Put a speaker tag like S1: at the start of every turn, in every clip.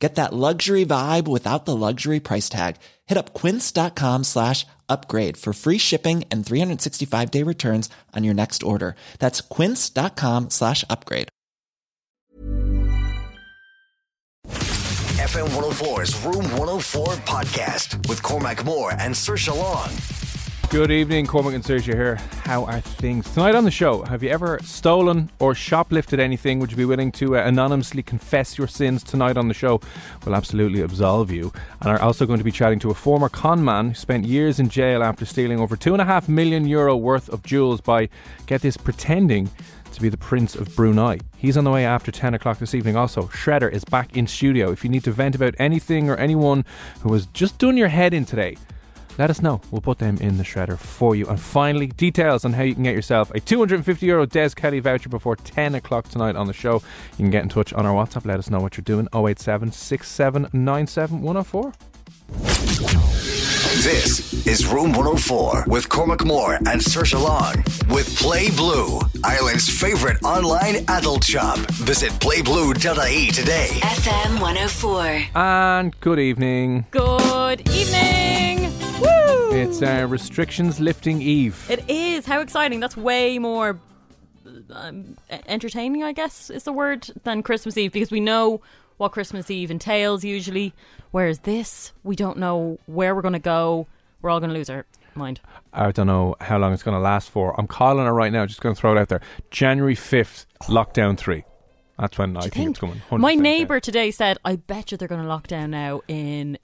S1: Get that luxury vibe without the luxury price tag. Hit up quince.com slash upgrade for free shipping and 365 day returns on your next order. That's quince.com slash upgrade.
S2: FM 104's Room 104 podcast with Cormac Moore and Sir Long.
S3: Good evening, Cormac and Sergio here. How are things? Tonight on the show, have you ever stolen or shoplifted anything? Would you be willing to uh, anonymously confess your sins tonight on the show? We'll absolutely absolve you. And are also going to be chatting to a former con man who spent years in jail after stealing over two and a half million euro worth of jewels by, get this, pretending to be the Prince of Brunei. He's on the way after 10 o'clock this evening. Also, Shredder is back in studio. If you need to vent about anything or anyone who has just done your head in today, let us know. We'll put them in the shredder for you. And finally, details on how you can get yourself a 250 euro Des Kelly voucher before 10 o'clock tonight on the show. You can get in touch on our WhatsApp. Let us know what you're doing. 087 6797 104.
S2: This is Room 104 with Cormac Moore and Sir Long with Play Blue, Ireland's favorite online adult shop. Visit playblue.ie E today.
S4: FM 104.
S3: And good evening.
S5: Good evening. Woo!
S3: It's uh, restrictions lifting Eve.
S5: It is. How exciting. That's way more um, e- entertaining, I guess, is the word, than Christmas Eve because we know what Christmas Eve entails usually. Whereas this, we don't know where we're going to go. We're all going to lose our mind.
S3: I don't know how long it's going to last for. I'm calling it right now. Just going to throw it out there. January 5th, lockdown three. That's when I think, it's coming. 100%.
S5: My neighbour today said, I bet you they're going to lock down now in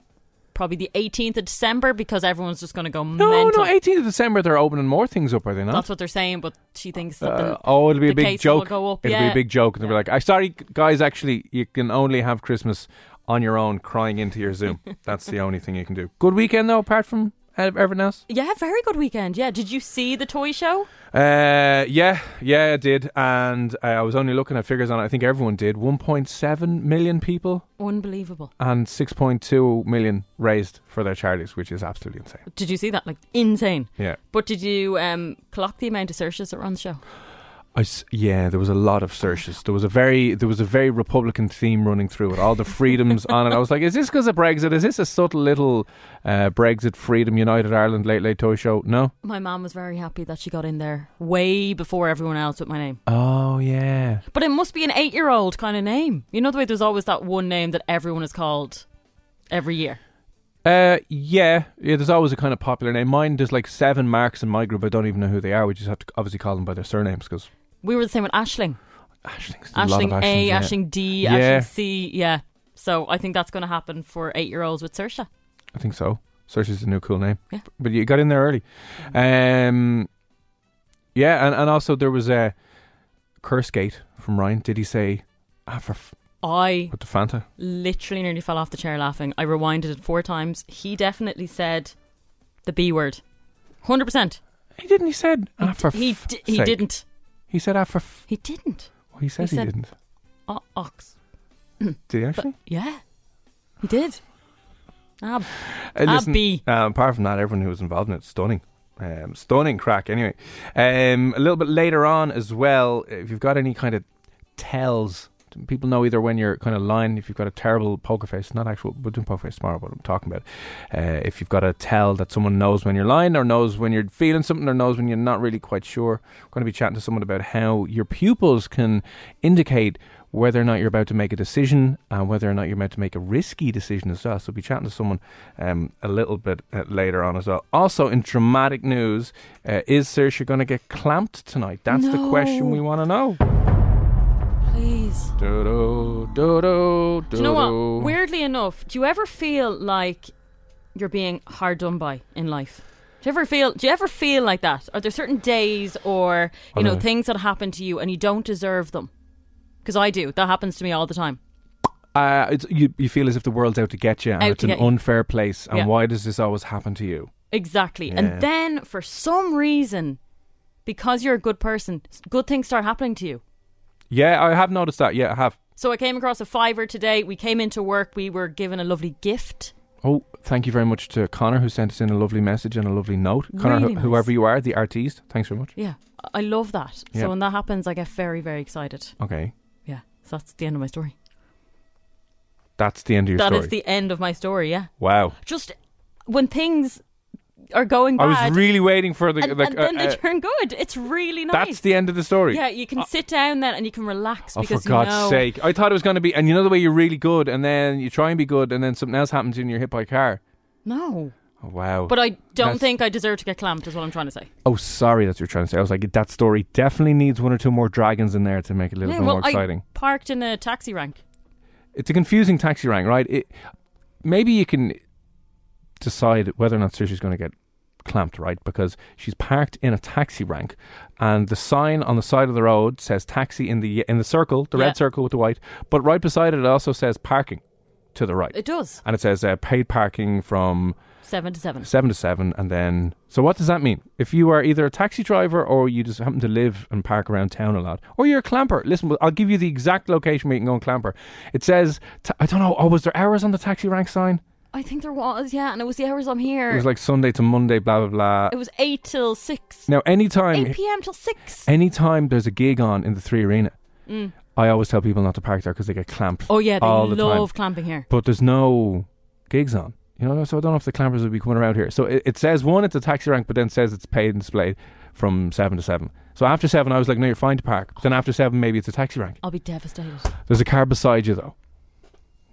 S5: probably the 18th of December because everyone's just going to go
S3: No,
S5: mental.
S3: no, 18th of December, they're opening more things up, are they not?
S5: That's what they're saying, but she thinks that
S3: Uh,
S5: the,
S3: oh, it'll be
S5: the
S3: a big
S5: cases
S3: joke.
S5: will go up.
S3: It'll be
S5: yeah.
S3: a big joke, and they'll be like, "I sorry, guys. Actually, you can only have Christmas on your own, crying into your Zoom. That's the only thing you can do." Good weekend though, apart from ev- everything else.
S5: Yeah, very good weekend. Yeah, did you see the toy show?
S3: Uh, yeah, yeah, I did, and uh, I was only looking at figures on it. I think everyone did. One point seven million people
S5: Unbelievable.
S3: and six point two million raised for their charities, which is absolutely insane.
S5: Did you see that? Like insane.
S3: Yeah,
S5: But did you um, clock the amount of searches that were on the show?
S3: I s- yeah, there was a lot of searches. There was a very there was a very Republican theme running through it. All the freedoms on it. I was like, is this because of Brexit? Is this a subtle little uh, Brexit freedom United Ireland late late toy show? No.
S5: My mom was very happy that she got in there way before everyone else with my name.
S3: Oh yeah.
S5: But it must be an eight year old kind of name. You know the way there's always that one name that everyone is called every year.
S3: Uh yeah, yeah. There's always a kind of popular name. Mine there's like seven marks in my group. I don't even know who they are. We just have to obviously call them by their surnames because
S5: We were the same with Ashling.
S3: Ashling's a lot of
S5: Ashling A,
S3: Ashlings, yeah.
S5: Ashling D,
S3: Yeah.
S5: Ashling C. Yeah. So I think that's going to happen for eight year olds with Sersha.
S3: I think so. Search is a new cool name.
S5: Yeah.
S3: But you got in there early. Um, yeah, and, and also there was a curse gate from Ryan. Did he say, ah, for f-
S5: I
S3: with the Fanta?
S5: literally nearly fell off the chair laughing. I rewinded it four times. He definitely said the B word. 100%.
S3: He didn't. He said, ah, for
S5: he,
S3: f-
S5: d- he
S3: sake."
S5: didn't.
S3: He said, ah, for f-
S5: He didn't. Oh,
S3: well, he says he,
S5: He said-
S3: didn't.
S5: O- ox.
S3: Did he actually?
S5: Yeah, he did. Ah,
S3: Uh, listen,
S5: Abby.
S3: um, apart from that, everyone who was involved in it, stunning. Um, stunning crack, anyway. Um, a little bit later on as well, if you've got any kind of tells people know either when you're kind of lying, if you've got a terrible poker face, not actual, we'll do poker face tomorrow, what I'm talking about. Uh, if you've got to tell that someone knows when you're lying, or knows when you're feeling something, or knows when you're not really quite sure. I'm going to be chatting to someone about how your pupils can indicate whether or not you're about to make a decision and whether or not you're about to make a risky decision as well. So we'll be chatting to someone um, a little bit uh, later on as well. Also, in dramatic news, uh, is Saoirse going to get clamped tonight? That's the question we
S5: No.
S3: want to know.
S5: Please.
S3: Do-do, do-do,
S5: Do you know
S3: do-do.
S5: what? Weirdly enough, do you ever feel like you're being hard done by in life? Do you ever feel? Do you ever feel like that? Are there certain days or you know
S3: Oh, no.
S5: things that happen to you and you don't deserve them? Because I do. That happens to me all the time.
S3: Uh, it's, you, you feel as if the world's out to get you and
S5: Out
S3: it's
S5: to
S3: an
S5: get you.
S3: unfair place. And
S5: Yeah.
S3: why does this always happen to you?
S5: Exactly.
S3: Yeah.
S5: And then for some reason, because you're a good person, s- good things start happening to you.
S3: Yeah, I have noticed that. Yeah, I have.
S5: So I came across a fiver today. We came into work. We were given a lovely gift.
S3: Oh, thank you very much to Connor who sent us in a lovely message and a lovely note. Connor,
S5: Really
S3: wh-
S5: nice.
S3: whoever you are, the artiste, thanks very much.
S5: Yeah, I- I love that.
S3: Yeah.
S5: So when that happens, I get very, very excited.
S3: Okay,
S5: Yeah. So that's the end of my story.
S3: that's the end of your
S5: That is
S3: story.
S5: the end of my story. Yeah.
S3: wow.
S5: Just when things are going
S3: I
S5: bad,
S3: was really waiting for the.
S5: and,
S3: the
S5: and then
S3: uh,
S5: they
S3: uh,
S5: turn good. It's really nice.
S3: that's the end of the story.
S5: yeah, you can sit down then and you can relax
S3: Oh, for
S5: because
S3: God's
S5: you know.
S3: sake! I thought it was going to be, and you know the way you're really good, and then you try and be good, and then something else happens, and you're hit by a car.
S5: No.
S3: Oh, wow!
S5: But I don't
S3: That's-
S5: think I deserve to get clamped, is what I'm trying to say.
S3: Oh, sorry, that's what you're trying to say. I was like, that story definitely needs one or two more dragons in there to make it a little
S5: Yeah,
S3: bit
S5: well,
S3: more exciting.
S5: I parked in a taxi rank.
S3: It's a confusing taxi rank, right? It, maybe you can decide whether or not Saoirse's going to get clamped, right? Because she's parked in a taxi rank, and the sign on the side of the road says taxi in the in the circle, the
S5: Yeah.
S3: red circle with the white, but right beside it, it also says parking to the right,
S5: It does.
S3: and it says uh, paid parking from
S5: Seven to seven.
S3: seven to seven, and then. So what does that mean? If you are either a taxi driver or you just happen to live and park around town a lot, or you're a clamper. Listen, I'll give you the exact location where you can go and clamper. It says t- I don't know. Oh, was there hours on the taxi rank sign?
S5: I think there was, yeah, and it was the hours I'm here.
S3: It was like Sunday to Monday, blah blah blah.
S5: Er. It was eight till six.
S3: Now, anytime,
S5: Eight PM till six.
S3: anytime there's a gig on in the Three Arena, I always tell people not to park there because they get clamped.
S5: Mm. Oh yeah, they
S3: all the time.
S5: love clamping here.
S3: but there's no gigs on. You know, so I don't know if the clampers will be coming around here. So it, it says one, it's a taxi rank, but then says it's paid and displayed from seven to seven. So after seven, I was like, no, you're fine to park. Then after seven, maybe it's a taxi rank.
S5: I'll be devastated.
S3: There's a car beside you though.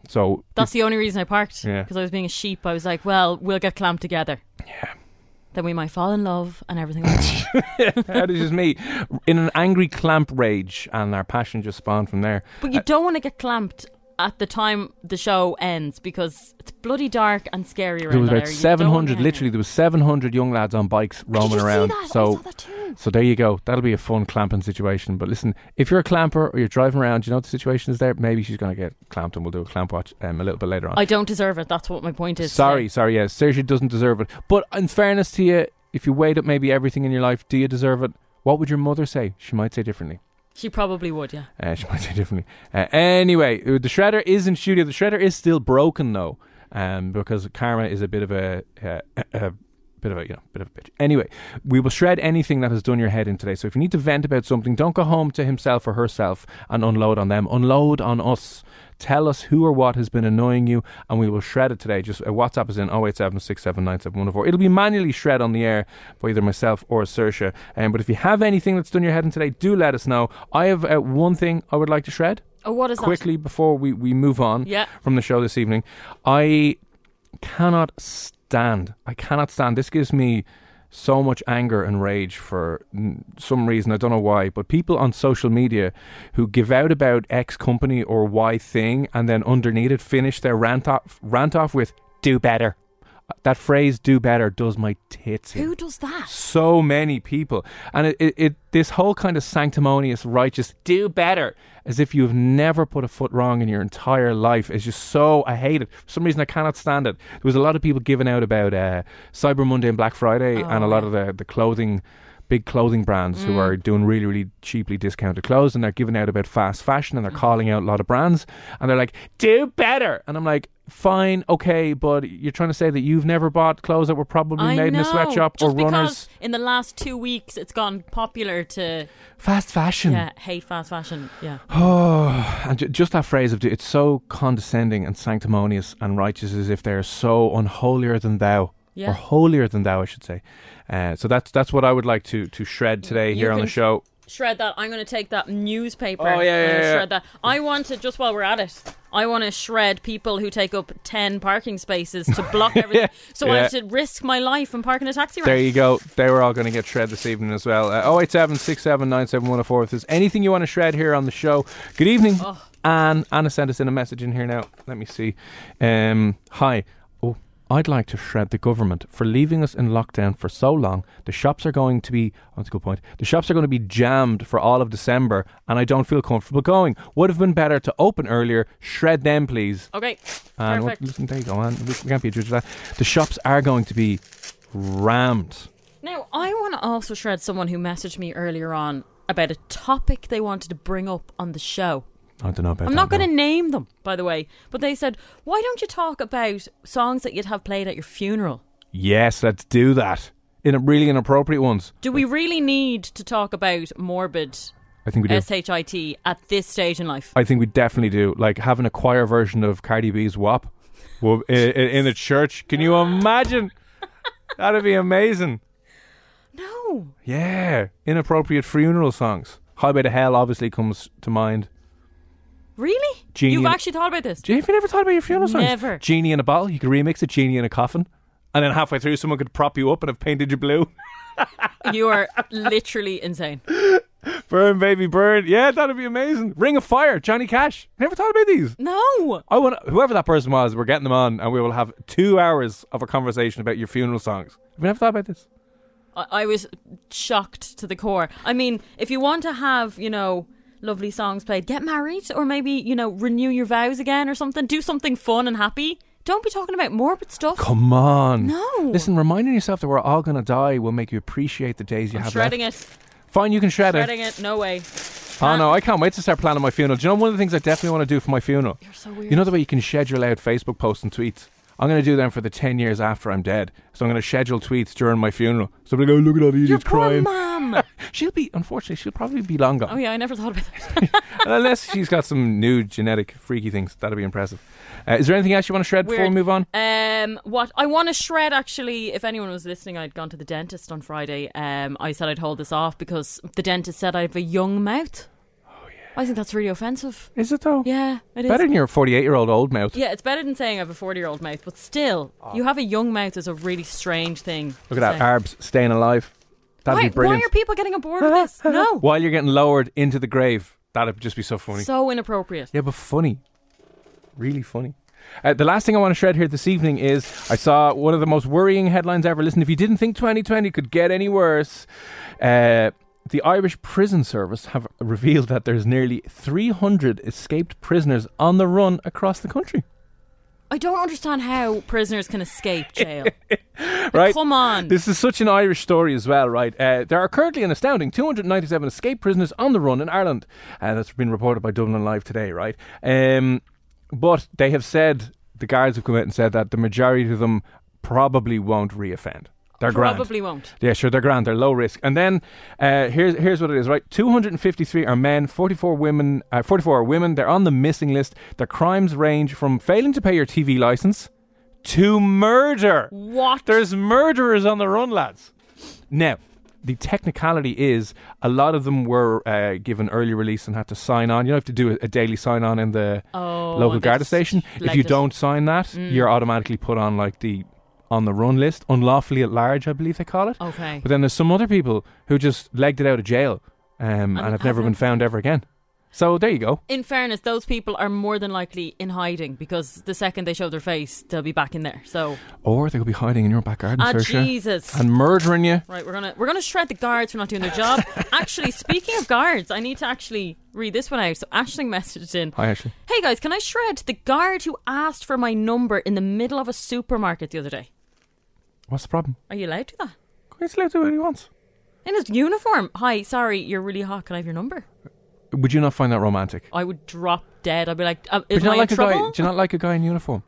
S3: So
S5: That's the only reason I parked.
S3: Yeah.
S5: Because I was being a sheep. I was like, well, we'll get clamped together. Yeah. Then we might fall in love and everything. will be-
S3: that is just me in an angry clamp rage, and our passion just spawned from there.
S5: but you don't want to get clamped at the time the show ends because it's bloody dark and scary around
S3: There was
S5: that
S3: about
S5: area. You
S3: seven
S5: don't wanna
S3: hundred.
S5: hang
S3: Literally,
S5: out.
S3: there was seven hundred young lads on bikes roaming
S5: Did you
S3: around.
S5: See that?
S3: So
S5: I saw that too.
S3: So there you go. That'll be a fun clamping situation. But listen, if you're a clamper or you're driving around, you know what the situation is there. Maybe she's going to get clamped, and we'll do a clamp watch um, a little bit later on.
S5: I don't deserve it. That's what my point is.
S3: sorry, sorry. Yes, Sergio doesn't deserve it. But in fairness to you, if you weighed up maybe everything in your life, do you deserve it? What would your mother say? She might say differently.
S5: She probably would, yeah.
S3: Uh, she might say differently. Uh, anyway, uh, the shredder is in studio. The shredder is still broken though, um, because Karma is a bit of a, uh, a bit of a you know bit of a bitch. Anyway, we will shred anything that has done your head in today. So if you need to vent about something, don't go home to himself or herself and unload on them. Unload on us. Tell us who or what has been annoying you, and we will shred it today. Just uh, WhatsApp is in 087 679 It'll be manually shred on the air by either myself or Sersha. Um, but if you have anything that's done your head in today, do let us know. I have uh, one thing I would like to shred
S5: Oh, what is
S3: quickly before we, we move on
S5: that? Yeah.
S3: from the show this evening. I cannot stand. I cannot stand. This gives me so much anger and rage for mm, some reason. I don't know why, but people on social media who give out about X company or Y thing and then underneath it finish their rant off, rant off with "do better." That phrase "do better" does my tits. in
S5: Who does that?
S3: so many people and it, it, it this whole kind of sanctimonious righteous do better as if you've never put a foot wrong in your entire life is just so i hate it for some reason i cannot stand it there was a lot of people giving out about uh, cyber monday and black friday and a lot of the, the clothing big clothing brands who are doing really, really cheaply discounted clothes and they're giving out about fast fashion and they're calling out a lot of brands and they're like, do better. And I'm like, fine, okay, but you're trying to say that you've never bought clothes that were probably
S5: I
S3: made in
S5: know.
S3: a sweatshop
S5: Just
S3: or
S5: because
S3: runners.
S5: In the last two weeks, it's gone popular to
S3: Fast fashion.
S5: yeah, hate fast fashion. Yeah,
S3: And ju- just that phrase of do- it's so condescending and sanctimonious and righteous as if they're so unholier than thou.
S5: Yeah.
S3: Or holier than thou, I should say. Uh, so that's that's what I would like to to shred today
S5: You
S3: here on
S5: can
S3: the show.
S5: shred that. I'm going to take that newspaper.
S3: Oh, yeah,
S5: and
S3: yeah, yeah.
S5: shred that. I want to just while we're at it. I want to shred people who take up ten parking spaces to block everything. So I
S3: Yeah.
S5: have to risk my life and park in a taxi. rank.
S3: There you go. They were all going to get shred this evening as well. Uh, 087 If there's anything you want to shred here on the show, good evening. Anne. Anna sent us in a message in here now. Let me see. Um, hi. Oh, I'd like to shred the government for leaving us in lockdown for so long. The shops are going to be, oh, that's a good point. The shops are going to be jammed for all of December, and I don't feel comfortable going. Would have been better to open earlier. Shred them, please.
S5: Okay,
S3: And what-
S5: perfect.
S3: listen, there you go, Anne. We we can't be a judge of that. The shops are going to be rammed.
S5: Now, I want to also shred someone who messaged me earlier on about a topic they wanted to bring up on the show.
S3: I don't know about
S5: I'm not going to name them, by the way, but they said, why don't you talk about songs that you'd have played at your funeral?
S3: Yes, let's do that. In a really inappropriate ones.
S5: Do we really need to talk about morbid
S3: I think we do.
S5: Uh, SHIT at this stage in life?
S3: I think we definitely do. Like having a choir version of Cardi B's WAP well, in, in a church. Can you imagine? That'd be amazing.
S5: No.
S3: Yeah. Inappropriate funeral songs. Highway to Hell obviously comes to mind.
S5: Really?
S3: Genie
S5: You've
S3: and-
S5: actually thought about this?
S3: Do you- Have you never thought about your funeral songs?
S5: Never.
S3: Genie in a bottle. You could remix it. Genie in a coffin. And then halfway through, someone could prop you up and have painted you blue.
S5: you are literally insane.
S3: burn, baby, burn. Yeah, that'd be amazing. Ring of Fire. Johnny Cash. Never thought about these.
S5: No.
S3: I want whoever that person was. We're getting them on, and we will have two hours of a conversation about your funeral songs. Have you never thought about this?
S5: I, I was shocked to the core. I mean, if you want to have, you know, lovely songs played, get married or maybe, you know, renew your vows again or something. Do something fun and happy. Don't be talking about morbid stuff.
S3: Come on.
S5: No.
S3: Listen, reminding yourself that we're all gonna die will make you appreciate the days you have
S5: Shredding
S3: left.
S5: it.
S3: Fine, you can shred
S5: Shredding it. No way.
S3: it. Oh no, I can't wait to start planning my funeral. Do you know one of the things I definitely want to do for my funeral? You're
S5: so weird.
S3: You know the way you can schedule out Facebook posts and tweets. I'm gonna do them for the ten years after I'm dead. So I'm gonna schedule tweets during my funeral. So I'm like, oh look at all the
S5: Your
S3: idiots
S5: poor
S3: crying.
S5: mom.
S3: She'll be unfortunately she'll probably be long gone.
S5: Oh yeah, I never thought about that.
S3: Unless she's got some new genetic freaky things, that'd be impressive. Uh, is there anything else you want to shred before
S5: Weird.
S3: we move on?
S5: Um, what I want to shred actually, if anyone was listening, I'd gone to the dentist on Friday. Um, I said I'd hold this off because the dentist said I have a young mouth. Oh yeah. I think that's really offensive.
S3: Is it though?
S5: Yeah, it is.
S3: Better than your 48 year old old mouth.
S5: Yeah, it's better than saying I have a 40 year old mouth, but still, you have a young mouth is a really strange thing.
S3: Oh. Look at that, Arbs staying alive. That'd
S5: Why,
S3: be brilliant.
S5: why are people getting on board with this? No.
S3: While you're getting lowered into the grave, that'd just be so funny.
S5: So inappropriate.
S3: yeah, but funny. Really funny. Uh, the last thing I want to shred here this evening is I saw one of the most worrying headlines ever. Listen, if you didn't think 2020 could get any worse, uh, the Irish Prison Service have revealed that there's nearly 300 escaped prisoners on the run across the country.
S5: I don't understand how prisoners can escape jail.
S3: right?
S5: come on.
S3: This is such an Irish story as well, right? Uh, there are currently an astounding 297 escaped prisoners on the run in Ireland. Uh, that's been reported by Dublin Live today, right? Um, but they have said, the guards have come out and said that the majority of them probably won't reoffend. They're grand.
S5: Probably won't.
S3: Yeah, sure, they're grand. They're low risk. And then uh, here's here's what it is, right? 253 are men, 44 women, uh, 44 are women. They're on the missing list. Their crimes range from failing to pay your TV license to murder.
S5: What?
S3: There's murderers on the run, lads. Now, the technicality is a lot of them were uh, given early release and had to sign on. You have to do a, a daily sign on in the
S5: Oh,
S3: local
S5: they
S3: Garda
S5: just
S3: station. If
S5: legged
S3: you
S5: it.
S3: don't sign that,
S5: Mm.
S3: you're automatically put on like the on the run list, unlawfully at large, I believe they call it.
S5: Okay.
S3: But then there's some other people who just legged it out of jail um, and have never been found ever again. So there you go.
S5: In fairness, those people are more than likely in hiding because the second they show their face, they'll be back in there. So,
S3: Or they could be hiding in your back garden,
S5: ah,
S3: Saoirse,
S5: Jesus.
S3: and murdering you.
S5: Right, we're gonna we're gonna shred the guards for not doing their job. actually, speaking of guards, I need to actually read this one out. So Ashling messaged in.
S3: Hi, Ashley.
S5: Hey guys, can I shred the guard who asked for my number in the middle of a supermarket the other day?
S3: What's the problem?
S5: Are you allowed to do that?
S3: He's allowed to do what he wants.
S5: In his uniform. Hi, sorry, you're really hot. Can I have your number?
S3: Would you not find that romantic?
S5: I would drop dead. I'd be like, uh,
S3: But
S5: am
S3: do you not
S5: I in
S3: like a guy?
S5: trouble?
S3: Do you not like a guy in uniform?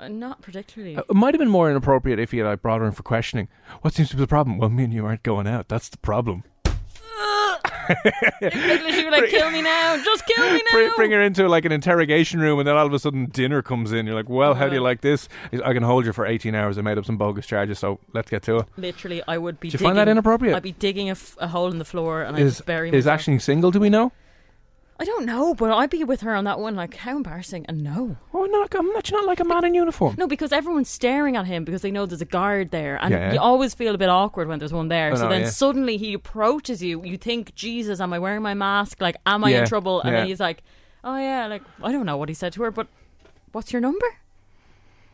S5: Uh, not particularly.
S3: It might have been more inappropriate if he had like, brought her in for questioning. What seems to be the problem? Well, me and you aren't going out. That's the problem.
S5: Literally, she'd be like, kill me now. Just kill me now.
S3: Bring, bring her into like an interrogation room, and then all of a sudden dinner comes in. You're like, "Well, how do you like this?" He's, I can hold you for 18 hours. I made up some bogus charges, so let's get to it.
S5: Literally, I would be.
S3: Do you
S5: digging,
S3: find that inappropriate?
S5: I'd be digging a, f- a hole in the floor and I'd
S3: Is
S5: just bury
S3: is
S5: myself.
S3: Ashling single? Do we know?
S5: I don't know, but I'd be with her on that one. Like, how embarrassing! And no,
S3: Oh, no, I'm not, you're not like a man in uniform.
S5: no, because everyone's staring at him because they know there's a guard there, and
S3: Yeah.
S5: you always feel a bit awkward when there's one there.
S3: I
S5: so
S3: know,
S5: then
S3: yeah.
S5: suddenly he approaches you. You think, Jesus, am I wearing my mask? Like, am I
S3: Yeah,
S5: in trouble? And
S3: yeah.
S5: then he's like, Oh yeah, like I don't know what he said to her, but what's your number?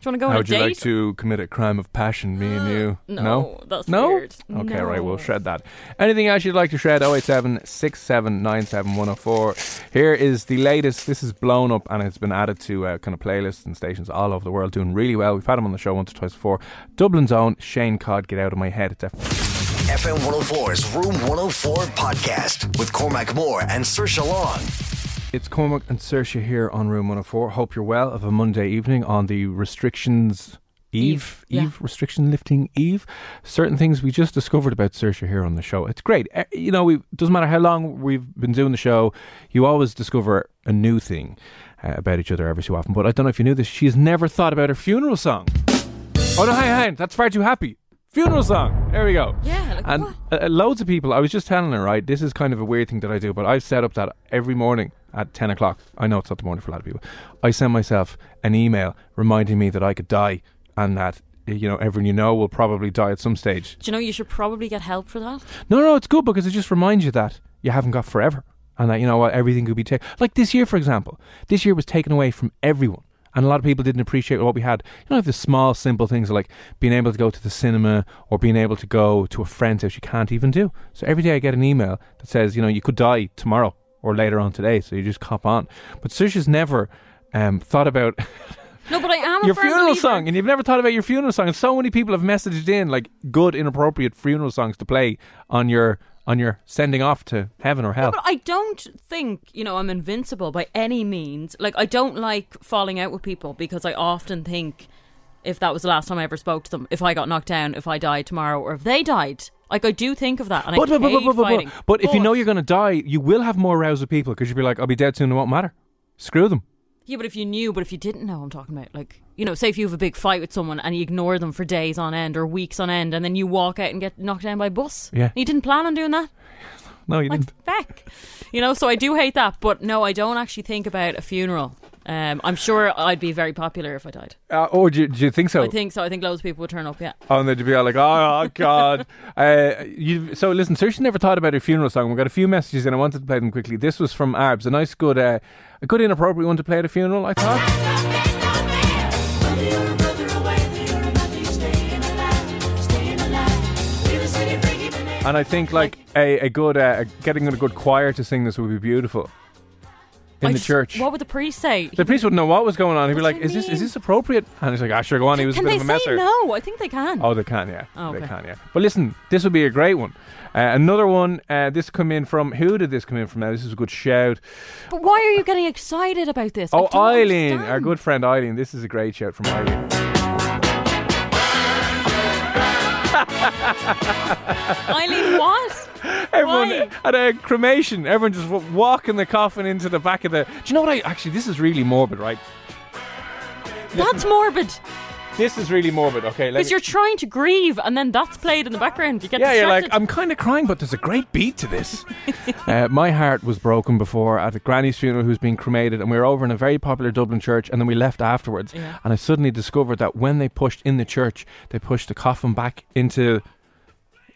S5: Do you want to go on
S3: How
S5: a
S3: would you
S5: date?
S3: like to commit a crime of passion, me and you?
S5: No, that's
S3: no?
S5: weird.
S3: Okay,
S5: No.
S3: right, we'll shred that. Anything else you'd like to oh shred? 087 Here is the latest. This is blown up and it's been added to uh, kind of playlists and stations all over the world, doing really well. We've had him on the show once or twice before. Dublin's own Shane Codd, Get Out of My Head. It's F-
S2: FM 104's Room 104 podcast with Cormac Moore and Sir Long.
S3: It's Cormac and Saoirse here on Room 104. Hope you're well of a Monday evening on the restrictions eve,
S5: Eve, yeah.
S3: restriction lifting eve. Certain things we just discovered about Saoirse here on the show. It's great. Eh, You know, it doesn't matter how long we've been doing the show, you always discover a new thing uh, about each other every so often. But I don't know if you knew this, she's never thought about her funeral song. Oh, no, hang on. That's far too happy. Funeral song. There we go.
S5: Yeah, like,
S3: and
S5: what?
S3: uh, loads of people. I was just telling her, right? This is kind of a weird thing that I do, but I set up that every morning at ten o'clock. I know it's not the morning for a lot of people. I send myself an email reminding me that I could die and that uh, you know everyone you know will probably die at some stage.
S5: Do you know you should probably get help for that?
S3: No, no, it's good because it just reminds you that you haven't got forever, and that you know what everything could be taken. Like this year, for example, this year was taken away from everyone, and a lot of people didn't appreciate what we had. You know, the small, simple things like being able to go to the cinema or being able to go to a friend's house you can't even do. So every day I get an email that says, you know, you could die tomorrow or later on today, so you just cop on. But Susha's never um, thought about
S5: No, but I am.
S3: your
S5: a firm
S3: funeral
S5: believer.
S3: song, and you've never thought about your funeral song. And so many people have messaged in like good, inappropriate funeral songs to play on your on your sending off to heaven or hell.
S5: But I don't think, you know, I'm invincible by any means. Like, I don't like falling out with people because I often think if that was the last time I ever spoke to them, if I got knocked down, if I died tomorrow, or if they died. Like, I do think of that. And
S3: But
S5: I
S3: but, but, but,
S5: hate
S3: but, but,
S5: fighting.
S3: but if you know
S5: But-
S3: you're going to die, you will have more rows of people because you'll be like, "I'll be dead soon. It won't matter. Screw them."
S5: Yeah, but if you knew, but if you didn't know, I'm talking about, like, you know, say if you have a big fight with someone and you ignore them for days on end or weeks on end, and then you walk out and get knocked down by a bus.
S3: Yeah.
S5: You didn't plan on doing that.
S3: No, you
S5: Like,
S3: didn't.
S5: feck. You know, so I do hate that. But no, I don't actually think about a funeral. Um, I'm sure I'd be very popular if I died.
S3: Uh, or do you, do you think so?
S5: I think so. I think loads of people would turn up. Yeah.
S3: Oh, and they'd be all like, "Oh, oh, God!" uh, you, so listen, Saoirse never thought about her funeral song. We got a few messages, and I wanted to play them quickly. This was from Arbs, a nice, good, uh, a good inappropriate one to play at a funeral. I thought. And I think like a, a good uh, getting a good choir to sing this would be beautiful in the
S5: I just-
S3: church.
S5: What would the priest say?
S3: the priest wouldn't know what was going on. He'd be
S5: What
S3: like,
S5: do you
S3: "Is this is
S5: mean?
S3: this appropriate?" And he's like, "Ah, sure, go on." He was
S5: can
S3: a bit
S5: they
S3: of a
S5: say
S3: messer.
S5: no? I think they can.
S3: Oh, they can, yeah,
S5: Oh,
S3: they
S5: okay.
S3: can, yeah. But listen, this would be a great one. Uh, another one. Uh, this come in from who did this come in from? Now this is a good shout.
S5: But why are you getting excited about this? I
S3: Oh,
S5: don't
S3: Eileen, our
S5: understand.
S3: good friend Eileen. This is a great shout from Eileen.
S5: Eileen, what?
S3: Everyone
S5: Why?
S3: at a cremation, everyone just w- walking the coffin into the back of the. Do you know what? I actually, this is really morbid, right?
S5: That's morbid
S3: This is really morbid. Okay, let
S5: because
S3: me-
S5: you're trying to grieve and then that's played in the background. You get
S3: Yeah, you're like,
S5: distracted.
S3: I'm kind of crying, but there's a great beat to this. uh, my heart was broken before at a granny's funeral who's been cremated, and we were over in a very popular Dublin church, and then we left afterwards. And I suddenly discovered that when they pushed in the church, they pushed the coffin back into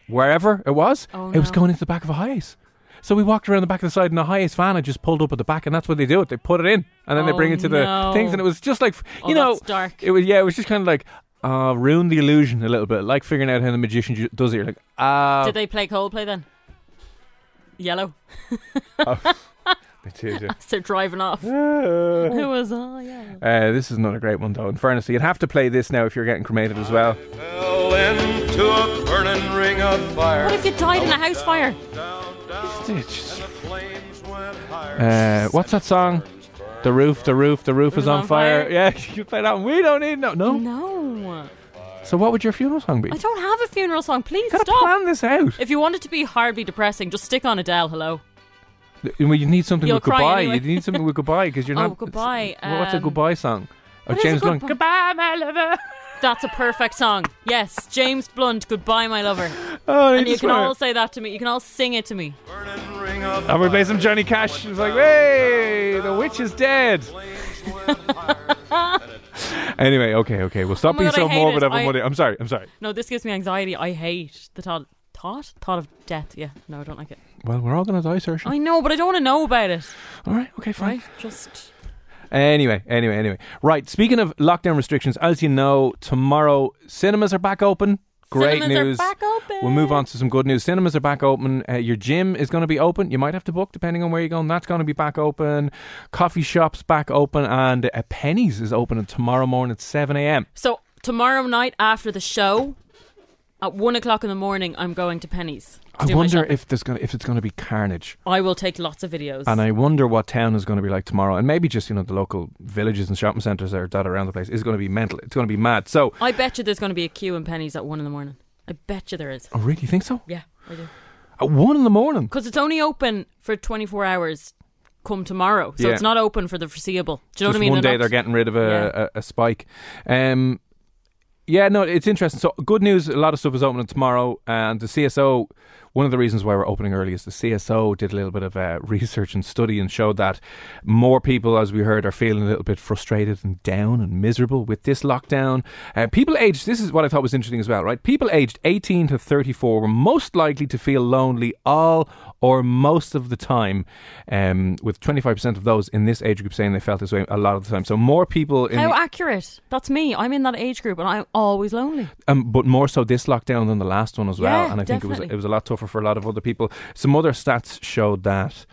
S3: wherever it was.
S5: Oh,
S3: It was
S5: no.
S3: going into the back of a highest. So we walked around the back of the side, and the highest van had just pulled up at the back, and that's what they do it. They put it in, and then they
S5: Oh,
S3: bring it to the
S5: no.
S3: things, and it was just like,
S5: Oh,
S3: you know,
S5: that's dark.
S3: it was yeah, it was just kind of like uh ruined the illusion a little bit, like figuring out how the magician ju- does it. You're like, ah,
S5: Did they play Coldplay then? Yellow.
S3: they did it.
S5: So driving off. Who
S3: Uh,
S5: was? Oh yeah.
S3: this is not a great one though. In fairness, you'd have to play this now if you're getting cremated as well.
S4: fell into a burning ring a fire.
S5: What if you died in a house fire?
S3: Uh, what's that song? The roof, the roof, the roof is on, fire. Yeah, you can play that one. We don't need no, no.
S5: No.
S3: So what would your funeral song be?
S5: I don't have a funeral song. Please
S3: Gotta
S5: stop.
S3: plan this out.
S5: If you want it to be hardly depressing, just stick on Adele. Hello.
S3: Well, you need something
S5: You'll
S3: with
S5: cry
S3: goodbye.
S5: anyway.
S3: You need something with goodbye because you're
S5: Oh,
S3: not. it's-
S5: goodbye,
S3: well, what's a
S5: um,
S3: goodbye song? Oh,
S5: what is a
S3: James Blunt.
S5: goodbye-
S3: Goodbye, my lover.
S5: That's a perfect song. Yes, James Blunt, Goodbye My Lover.
S3: Oh, I
S5: And
S3: need
S5: you
S3: to
S5: can
S3: swear.
S5: all say that to me. You can all sing it to me.
S3: I'm gonna play some Johnny Cash. It's like, hey, the witch is dead. anyway, okay, okay. We'll stop
S5: Oh my
S3: being
S5: God, I
S3: so
S5: hate
S3: morbid,
S5: it. I-
S3: everybody. I'm sorry. I'm sorry.
S5: No, this gives me anxiety. I hate the thought thought thought of death. Yeah, no, I don't like it.
S3: Well, we're all gonna die, Sir.
S5: I know, but I don't want to know about it.
S3: All right. Okay. Fine.
S5: Right? Just
S3: Anyway, anyway, anyway. Right. Speaking of lockdown restrictions, as you know, tomorrow cinemas are back open. Great
S5: Cinemas are
S3: news.
S5: back open.
S3: We'll move on to some good news. Cinemas are back open. Uh, your gym is going to be open. You might have to book depending on where you're going. That's going to be back open. Coffee shops back open, and uh, Penny's is opening tomorrow morning at seven a.m.
S5: so tomorrow night after the show, at one o'clock in the morning, I'm going to Penny's. To
S3: I
S5: do my
S3: wonder
S5: shopping.
S3: if there's going to, if it's going to be carnage,
S5: I will take lots of videos.
S3: and I wonder what town is going to be like tomorrow, and maybe just you know the local villages and shopping centres that are that are around the place is going to be mental. It's going to be mad. So
S5: I bet you there's going to be a queue in Penny's at one in the morning. I bet you there is.
S3: I oh, really think so.
S5: Yeah, I do.
S3: At one in the morning.
S5: Because it's only open for 24 hours come tomorrow. So
S3: Yeah.
S5: it's not open for the foreseeable. Do you know
S3: Just
S5: what I mean?
S3: one day
S5: not-
S3: they're getting rid of a, a, a spike. Um, yeah, no, it's interesting. So good news, a lot of stuff is opening tomorrow, and the CSO. One of the reasons why we're opening early is the CSO did a little bit of uh, research and study and showed that more people, as we heard, are feeling a little bit frustrated and down and miserable with this lockdown. Uh, people aged, this is what I thought was interesting as well, right? People aged 18 to 34 were most likely to feel lonely all or most of the time, um, with 25% of those in this age group saying they felt this way a lot of the time. So more people in
S5: How
S3: the-
S5: accurate. That's me. I'm in that age group and I'm always lonely.
S3: um, but more so this lockdown than the last one as well.
S5: Yeah,
S3: and I think it was
S5: definitely.
S3: it was a lot tougher for a lot of other people. Some other stats showed that.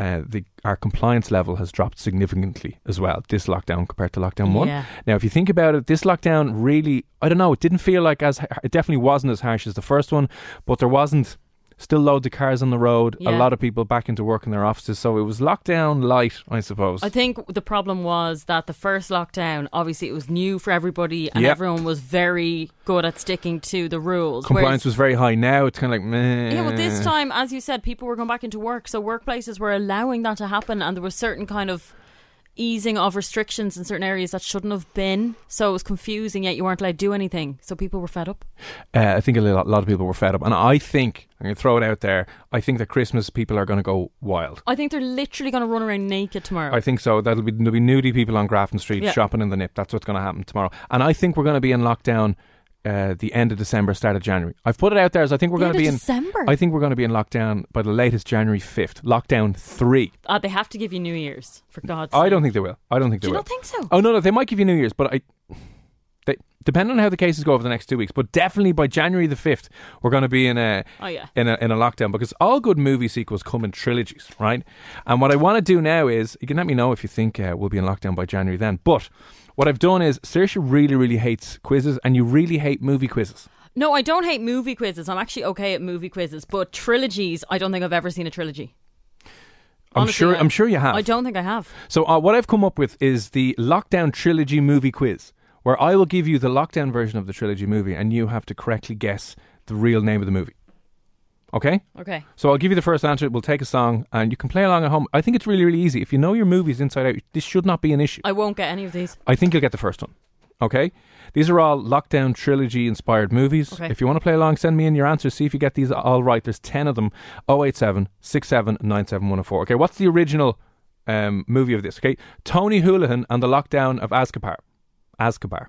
S3: Uh, the, our compliance level has dropped significantly as well this lockdown compared to lockdown one.
S5: Yeah.
S3: Now, if you think about it, this lockdown really, I don't know, it didn't feel like as, it definitely wasn't as harsh as the first one, but there wasn't still loads of cars on the road, a
S5: Yeah.
S3: lot of people back into work in their offices. So it was lockdown light, I suppose.
S5: I think the problem was that the first lockdown, obviously, it was new for everybody and
S3: Yep.
S5: everyone was very good at sticking to the rules.
S3: compliance
S5: Whereas-
S3: was very high. Now it's kind of like, meh.
S5: Yeah, well, this time, as you said, people were going back into work, so workplaces were allowing that to happen, and there was certain kind of easing of restrictions in certain areas that shouldn't have been. So it was confusing, yet you weren't allowed to do anything. So people were fed up.
S3: Uh, I think a lot, lot of people were fed up, and I think I'm going to throw it out there. I think that Christmas people are going to go wild.
S5: I think they're literally going to run around naked tomorrow.
S3: I think so. That'll be there'll be nudie people on Grafton Street
S5: Yeah.
S3: shopping in the nip. That's what's going to happen tomorrow, and I think we're going to be in lockdown. Uh, the end of December, start of January. I've put it out there as I think we're
S5: The
S3: going to
S5: end
S3: be
S5: of
S3: in.
S5: December?
S3: I think we're going to be in lockdown by the latest January fifth. Lockdown three.
S5: uh, they have to give you New Year's, for God's sake.
S3: I don't think they will. I don't think they
S5: Do you
S3: will.
S5: not think so?
S3: Oh no, no, they might give you New Year's, but I. They, depending on how the cases go over the next two weeks, but definitely by January the fifth, we're going to be in a
S5: Oh, yeah.
S3: in a in a lockdown because all good movie sequels come in trilogies, right? And what I want to do now is you can let me know if you think uh, we'll be in lockdown by January then. But what I've done is Saoirse really really hates quizzes, and you really hate movie quizzes.
S5: No, I don't hate movie quizzes. I'm actually okay at movie quizzes, but trilogies, I don't think I've ever seen a trilogy.
S3: I'm
S5: Honestly,
S3: sure.
S5: I-
S3: I'm sure you have.
S5: I don't think I have.
S3: So uh, what I've come up with is the lockdown trilogy movie quiz, where I will give you the lockdown version of the trilogy movie, and you have to correctly guess the real name of the movie. Okay.
S5: Okay.
S3: So I'll give you the first answer. We'll take a song, and you can play along at home. I think it's really, really easy. If you know your movies inside out, this should not be an issue.
S5: I won't get any of these.
S3: I think you'll get the first one. Okay? These are all lockdown trilogy inspired movies.
S5: Okay.
S3: If you want to play along, send me in your answers. See if you get these all right. There's 10 of them 087 67 97104. Okay, what's the original um, movie of this? Okay, Tony Houlihan and the Lockdown of Azkabar. Azkabar.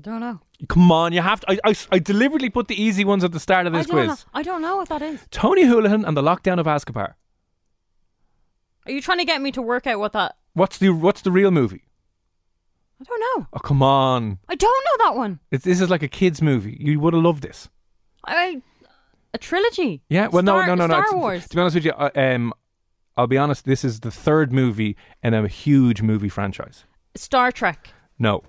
S5: Don't know.
S3: Come on, you have to. I, I, I deliberately put the easy ones at the start of
S5: I
S3: this
S5: don't
S3: quiz.
S5: know. I don't know what that is.
S3: Tony Houlihan and the lockdown of Azkaban.
S5: Are you trying to get me to work out what that?
S3: What's the What's the real movie?
S5: I don't know.
S3: Oh, come on!
S5: I don't know that one.
S3: It's, this is like a kids' movie. You would have loved this.
S5: I a trilogy.
S3: Yeah. Well,
S5: Star-
S3: no, no, no, no.
S5: Star
S3: It's-
S5: Wars.
S3: To be honest with you, uh, um, I'll be honest. This is the third movie in a huge movie franchise.
S5: Star Trek.
S3: No,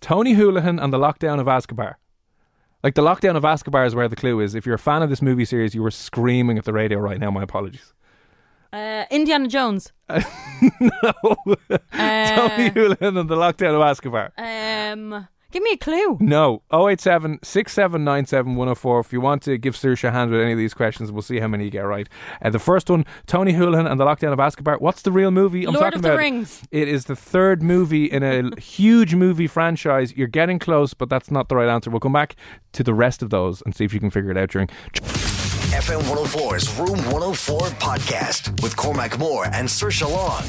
S3: Tony Houlihan and the lockdown of Azkaban. Like the lockdown of Azkaban is where the clue is. If you're a fan of this movie series, you were screaming at the radio right now. My apologies.
S5: Uh, Indiana Jones.
S3: no, Tony
S5: Uh,
S3: Houlihan and the lockdown of Azkaban.
S5: um, give me a clue.
S3: No. 087 6797 104. If you want to give Saoirse a hand with any of these questions, we'll see how many you get right. Uh, the first one Tony Houlihan and the Lockdown of Azkaban. What's the real movie I'm
S5: Lord
S3: talking
S5: of the
S3: about?
S5: Rings.
S3: It is the third movie in a huge movie franchise. You're getting close, but that's not the right answer. We'll come back to the rest of those and see if you can figure it out during.
S2: FM 104's Room 104 podcast with Cormac Moore and Search Long.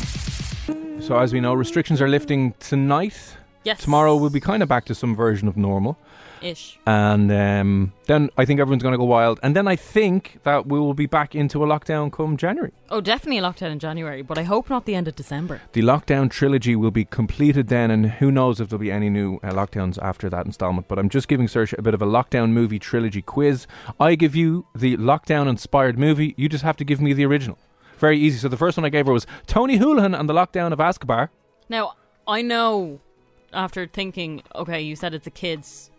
S3: So, as we know, restrictions are lifting tonight.
S5: Yes.
S3: Tomorrow we'll be kind of back to some version of normal.
S5: ish.
S3: and um, then I think everyone's going to go wild. And then I think that we will be back into a lockdown come January.
S5: Oh, definitely a lockdown in January, but I hope not the end of December.
S3: The lockdown trilogy will be completed then, and who knows if there'll be any new uh, lockdowns after that installment. But I'm just giving Search a bit of a lockdown movie trilogy quiz. I give you the lockdown inspired movie. You just have to give me the original. Very easy. So the first one I gave her was Tony Houlihan and the Lockdown of Azkaban.
S5: Now I know. After thinking, okay, you said it's a kids'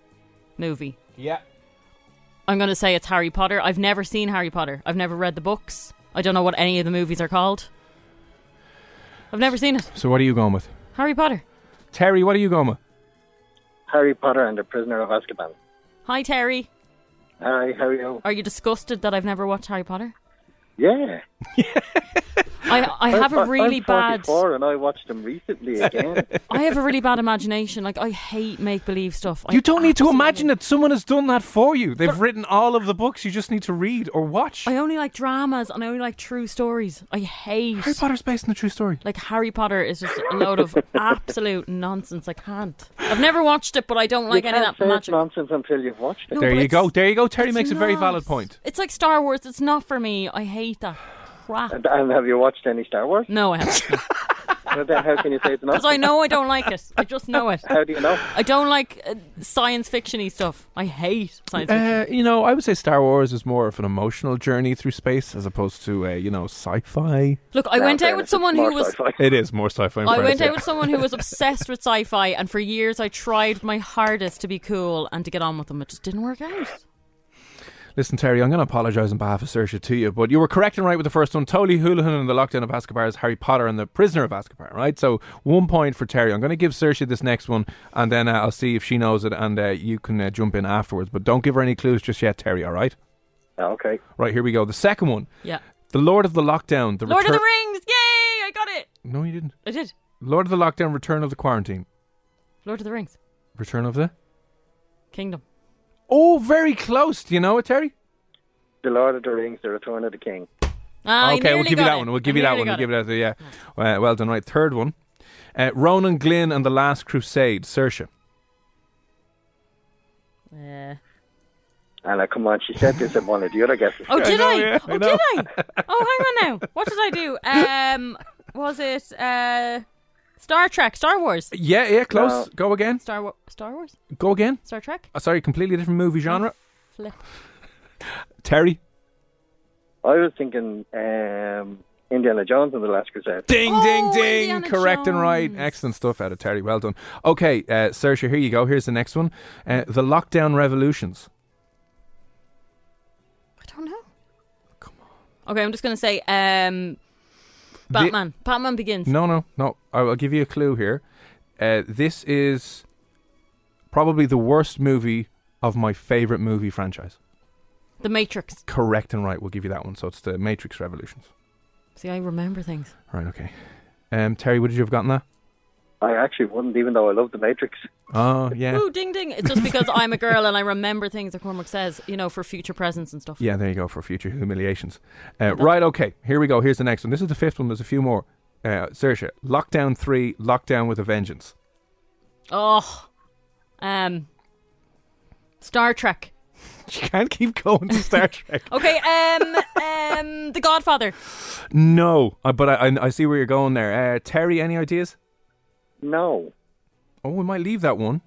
S5: movie.
S3: Yeah.
S5: I'm going to say it's Harry Potter. I've never seen Harry Potter. I've never read the books. I don't know what any of the movies are called. I've never seen it.
S3: So what are you going with,
S5: Harry Potter.
S3: Terry? What are you going with?
S6: Harry Potter and the Prisoner of Azkaban.
S5: Hi, Terry.
S6: Hi, how are you?
S5: Are you disgusted that I've never watched Harry Potter?
S6: Yeah.
S5: I, I have a
S6: I'm-
S5: really
S6: I'm
S5: bad
S6: 44 and I watched them recently again.
S5: I have a really bad imagination. Like I hate make believe stuff. I
S3: You don't need to
S5: absolutely-
S3: imagine it. Someone has done that for you. They've written all of the books. You just need to read or watch.
S5: I only like dramas and I only like true stories. I hate
S3: Harry Potter's based on a true story.
S5: like Harry Potter is just a load of absolute nonsense. I can't. I've never watched it, but I don't like
S6: you
S5: any of
S6: can't
S5: that
S6: say it's
S5: magic.
S6: nonsense until you've watched it.
S5: No,
S3: there
S5: but
S3: you
S5: it's-
S3: go. There you go. Terry
S5: it's
S3: makes a very
S5: not.
S3: valid point.
S5: It's like Star Wars. It's not for me. I hate that crap.
S6: And, and have you watched any Star Wars?
S5: No, I haven't.
S6: Well, then how can you say it's
S5: Because I
S6: nonsense?
S5: know I don't like it. I just know it.
S6: How do you know?
S5: I don't like uh, science fictiony stuff. I hate science fiction.
S3: Uh, you know, I would say Star Wars is more of an emotional journey through space as opposed to, uh, you know, sci-fi.
S5: Look, I
S6: No,
S5: went
S6: fair
S5: out
S6: enough,
S5: with
S6: it's
S5: someone who
S6: more
S5: was
S6: sci-fi.
S3: It is more sci-fi. in
S5: I
S3: fairness,
S5: went
S3: yeah.
S5: out with someone who was obsessed with sci-fi, and for years I tried my hardest to be cool and to get on with them. It just didn't work out.
S3: Listen, Terry, I'm going to apologise on behalf of Saoirse to you, but you were correct and right with the first one. Tolly Houlihan and the Lockdown of Azkaban is Harry Potter and the Prisoner of Azkaban, right? So one point for Terry. I'm going to give Saoirse this next one, and then uh, I'll see if she knows it, and uh, you can uh, jump in afterwards. But don't give her any clues just yet, Terry. All right?
S6: Oh, okay.
S3: Right here we go. The second one,
S5: Yeah,
S3: The Lord of the Lockdown. The
S5: Lord of
S3: Return-
S5: the Rings. Yay! I got it.
S3: No, you didn't.
S5: I did.
S3: Lord of the Lockdown. Return of the Quarantine.
S5: Lord of the Rings,
S3: Return of the.
S5: Kingdom.
S3: Oh, very close. Do you know it, Terry?
S6: The Lord of the Rings, The Return of the King.
S5: Ah, I
S3: okay, we'll give
S5: nearly
S3: you
S5: got
S3: that
S5: it. Hmm.
S3: one. We'll
S5: I
S3: give you that
S5: nearly
S3: one. We'll
S5: got
S3: give you that. Yeah. Uh, well done. Right. Third one. Uh, Ronan Glynn and the Last Crusade. Sersha.
S5: Yeah.
S6: Anna, come on, she said this in one of the other guesses.
S5: Oh, did
S3: know,
S5: I?
S3: yeah, I
S5: oh,
S3: know.
S5: did I? Oh, hang on now. What did I do? Um, was it uh, Star Trek, Star Wars,
S3: Yeah, yeah, close.
S6: No.
S3: Go again.
S5: Star Wa- Star Wars,
S3: Go again.
S5: Star Trek.
S3: Oh, sorry, completely different movie genre.
S5: Flip.
S3: Terry.
S6: I was thinking um, Indiana Jones and the Last Crusade.
S3: Ding,
S5: Oh,
S3: ding, ding.
S5: Indiana
S3: Correct and right.
S5: Jones.
S3: Excellent stuff out of Terry. Well done. Okay, uh, Saoirse, here you go. Here's the next one. Uh, the Lockdown Revolutions.
S5: I don't know. Come on. Okay, I'm just gonna say um, Batman. Batman Begins.
S3: No, no, no. I will give you a clue here. Uh, this is probably the worst movie of my favorite movie franchise.
S5: The Matrix.
S3: Correct and right. We'll give you that one. So it's the Matrix Revolutions.
S5: See, I remember things.
S3: Right. Okay. Um, Terry, would you have gotten that?
S6: I actually wouldn't, even though I love The Matrix.
S3: Oh, yeah.
S5: Ooh, ding ding! It's just because I'm a girl and I remember things that Cormac says, you know, for future presents and stuff.
S3: Yeah, there you go for future humiliations. Uh, right, okay, here we go. Here's the next one. This is the fifth one. There's a few more. Uh, Saoirse, Lockdown 3, Lockdown with a Vengeance.
S5: Oh, um, Star Trek.
S3: You can't keep going to Star Trek.
S5: Okay, um, um, The Godfather.
S3: No, uh, but I, I, I see where you're going there. Uh, Terry, any ideas?
S6: No.
S3: Oh, we might leave that one.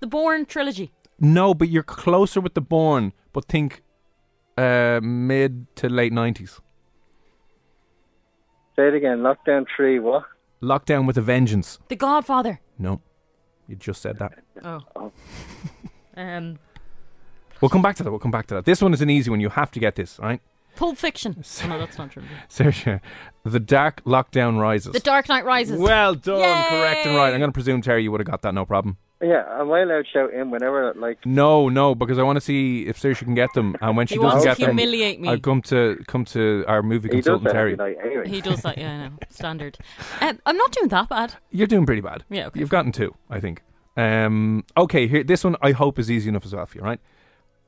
S5: The Bourne trilogy.
S3: No, but you're closer with the Born, but think uh, mid to late 90s.
S6: Say it again. Lockdown 3, what?
S3: Lockdown with a Vengeance.
S5: The Godfather.
S3: No, you just said that.
S5: Oh. Um,
S3: We'll come back to that. We'll come back to that. This one is an easy one. You have to get this, right?
S5: Pulp Fiction. Oh, no, that's not true.
S3: Saoirse, The Dark Lockdown Rises.
S5: The Dark Knight Rises.
S3: Well done,
S5: Yay!
S3: correct and right. I'm going to presume Terry, you would have got that, no problem.
S6: Yeah, am I allowed to shout in whenever, like,
S3: No, no, because I want to see if Saoirse can get them, and when she
S5: He
S3: doesn't
S5: wants to
S3: get them,
S5: humiliate me.
S3: I come to come to our movie
S6: he does
S3: consultant
S6: that every
S3: Terry.
S6: night anyway.
S5: He does that, yeah, I know. Standard. Um, I'm not doing that bad.
S3: You're doing pretty bad.
S5: Yeah, okay.
S3: You've gotten two, I think. Um, okay, here this one I hope is easy enough as well for you, right?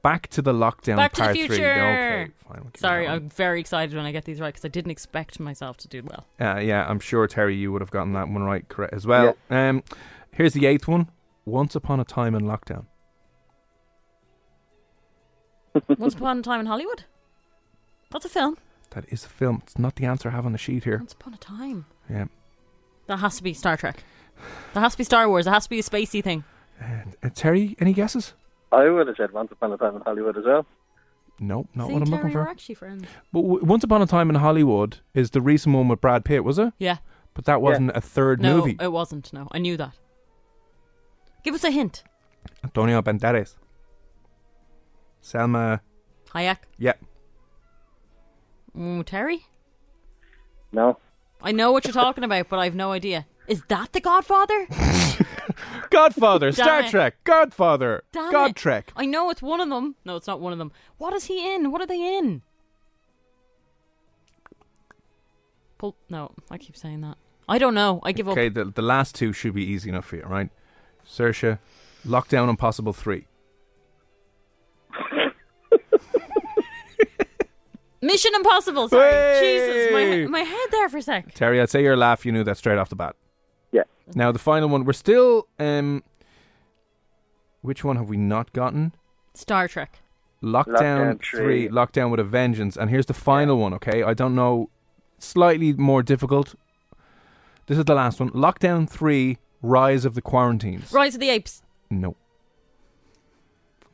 S3: Back to the lockdown
S5: Back to the
S3: part three.
S5: future.
S3: Okay, fine. we'll give you
S5: Sorry,
S3: that one.
S5: I'm very excited when I get these right because I didn't expect myself to do well.
S3: Uh, yeah, I'm sure Terry, you would have gotten that one right correct as well. Um, here's the eighth one. Once upon a time in lockdown.
S5: Once Upon a Time in Hollywood? That's a film.
S3: That is a film. It's not the answer I have on the sheet here.
S5: Once Upon a Time.
S3: Yeah.
S5: That has to be Star Trek. That has to be Star Wars. It has to be a spacey thing.
S3: Uh, Terry, any guesses?
S6: I would have said Once Upon a Time in Hollywood as well.
S3: No, not
S5: See,
S3: what I'm
S5: Terry,
S3: looking
S5: we're
S3: for.
S5: actually friends.
S3: But w- Once Upon a Time in Hollywood is the recent one with Brad Pitt, was it?
S5: Yeah.
S3: But that wasn't a third
S5: No,
S3: movie.
S5: it wasn't. No, I knew that. Give us a hint.
S3: Antonio Banderas. Selma.
S5: Hayek.
S3: Yeah.
S5: Mm, Terry?
S6: No.
S5: I know what you're talking about, but I have no idea. Is that The Godfather?
S3: Godfather,
S5: Damn
S3: Star
S5: it.
S3: Trek, Godfather,
S5: Damn
S3: God
S5: it.
S3: Trek.
S5: I know it's one of them. No, it's not one of them. What is he in? What are they in? Pulp. No, I keep saying that. I don't know. I give
S3: Okay,
S5: up.
S3: the, the last two should be easy enough for you, right? Sersha, Lockdown Impossible 3.
S5: Mission Impossible. Sorry, Jesus, my
S3: Hey!
S5: he- my head there for a sec.
S3: Terry, I'd say your laugh, you knew that straight off the bat.
S6: Yeah.
S3: Now, the final one, we're still. um Which one have we not gotten?
S5: Star Trek.
S3: Lockdown,
S6: Lockdown
S3: 3,
S6: three.
S3: Lockdown with a Vengeance. And here's the final one, okay? I don't know. Slightly more difficult. This is the last one. Lockdown 3, Rise of the Quarantines.
S5: Rise of the Apes.
S3: No.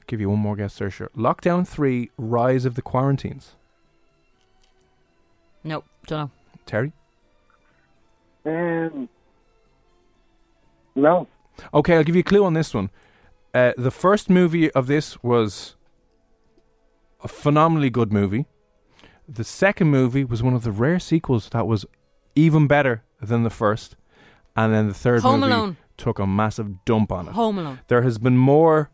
S3: Give you one more guess, Saoirse. Lockdown 3, Rise of the Quarantines.
S5: No, don't know.
S3: Terry?
S6: Um, no.
S3: Okay, I'll give you a clue on this one. Uh, the first movie of this was a phenomenally good movie. The second movie was one of the rare sequels that was even better than the first. And then the third
S5: Home
S3: movie
S5: Alone.
S3: took a massive dump on it.
S5: Home Alone.
S3: There has been more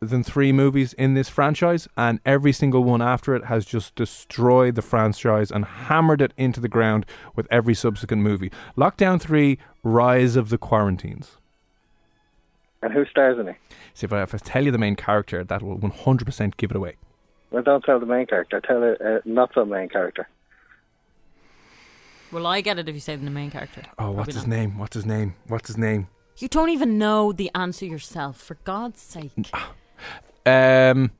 S3: than three movies in this franchise, and every single one after it has just destroyed the franchise and hammered it into the ground with every subsequent movie. Lockdown 3, Rise of the Quarantines.
S6: And who stars in it?
S3: See, if I, if I tell you the main character, that will 100% give it away.
S6: Well, don't tell the main character. Tell a, a not so main character.
S5: Well, I get it if you say the main character.
S3: Oh,
S5: Probably
S3: what's his
S5: not.
S3: name? What's his name? What's his name?
S5: You don't even know the answer yourself, for God's sake.
S3: ah. Um,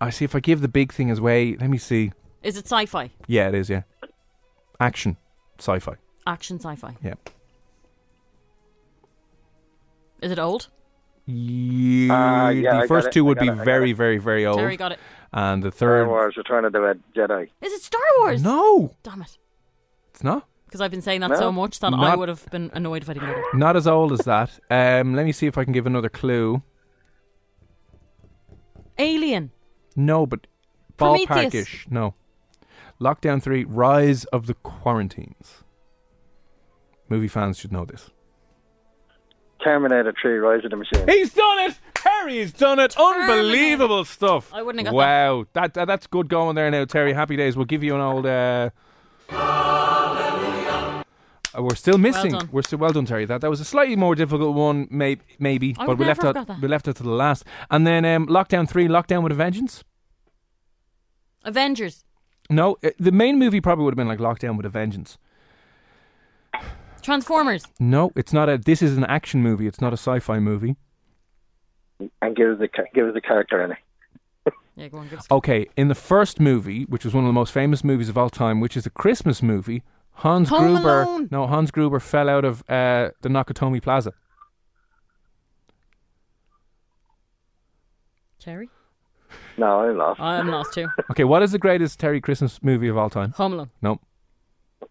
S3: I see. If I give the big thing away, let me see.
S5: Is it sci-fi?
S3: Yeah, it is. Yeah, action, sci-fi.
S5: Action sci-fi.
S3: Yeah.
S5: Is it old?
S3: You,
S6: Ah, yeah, I
S3: the
S6: got
S3: first
S6: it,
S3: two
S6: I
S3: would
S6: got
S3: be
S6: it, I got
S3: very,
S6: it.
S3: very, very old.
S5: Terry got it.
S3: And the
S6: Star
S3: third.
S6: Wars Return of the Red Jedi.
S5: Is it Star Wars?
S3: No,
S5: Damn it.
S3: it's not.
S5: Because I've been saying that
S6: No.
S5: so much that I
S3: Not-
S5: would have been annoyed if I didn't get it.
S3: Not as old as that. Um, let me see if I can give another clue.
S5: Alien.
S3: No, but ballparkish.
S5: Prometheus.
S3: No. Lockdown 3 Rise of the Quarantines. Movie fans should know this.
S6: Terminator 3 Rise of the Machine.
S3: He's done it! Harry's done it! Unbelievable stuff!
S5: I wouldn't have got
S3: Wow, that. that that's good going there now, Terry. Happy days. We'll give you an old. Uh... Uh, We're still missing.
S5: done.
S3: We're still well done, Terry. That that was a slightly more difficult one, maybe, maybe,
S5: I
S3: but
S5: would
S3: we left
S5: never
S3: out
S5: have got that.
S3: we left it to the last. And then um, lockdown three, lockdown with a vengeance.
S5: Avengers.
S3: No, uh, the main movie probably would have been like lockdown with a vengeance.
S5: Transformers.
S3: No, it's not a. This is an action movie. It's not a sci-fi movie.
S6: And give us a, ca- give us a character in it.
S5: Yeah, go on. Give us
S3: Okay, in the first movie, which was one of the most famous movies of all time, which is a Christmas movie, Hans
S5: Home
S3: Gruber.
S5: Alone.
S3: No, Hans Gruber fell out of uh, the Nakatomi Plaza.
S5: Terry.
S6: No, I'm lost.
S5: I'm lost too.
S3: Okay, what is the greatest Terry Christmas movie of all time?
S5: Home Alone.
S3: No.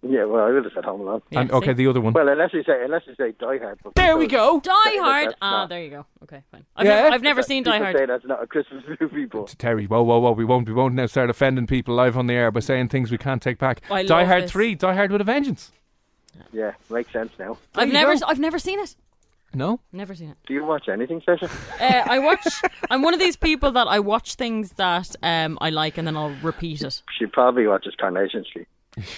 S6: yeah, well, I would have said Home Alone.
S5: Yeah,
S3: and, okay,
S5: see?
S3: the other one.
S6: Well, unless you say unless you say Die Hard. but-
S3: there we go.
S5: Die Hard.
S6: that's
S5: Ah,
S6: not-
S5: there you go. Okay, fine. I've,
S3: Yeah.
S5: never, I've never seen
S6: People
S5: Die
S6: say
S5: Hard.
S6: that's not a Christmas movie, but
S3: To Terry, whoa, whoa, whoa! We won't, we won't now start offending people live on the air by saying things we can't take back.
S5: Oh, I
S3: Die
S5: love
S3: Hard
S5: this.
S3: three, Die Hard with a vengeance.
S6: yeah, makes sense now.
S5: I've
S3: you
S5: never,
S3: go.
S5: s- I've never seen it.
S3: No,
S5: Never seen it.
S6: Do you watch anything, Sasha?
S5: Uh, I watch. I'm one of these people that I watch things that um, I like and then I'll repeat it.
S6: She probably watches Carnation Street.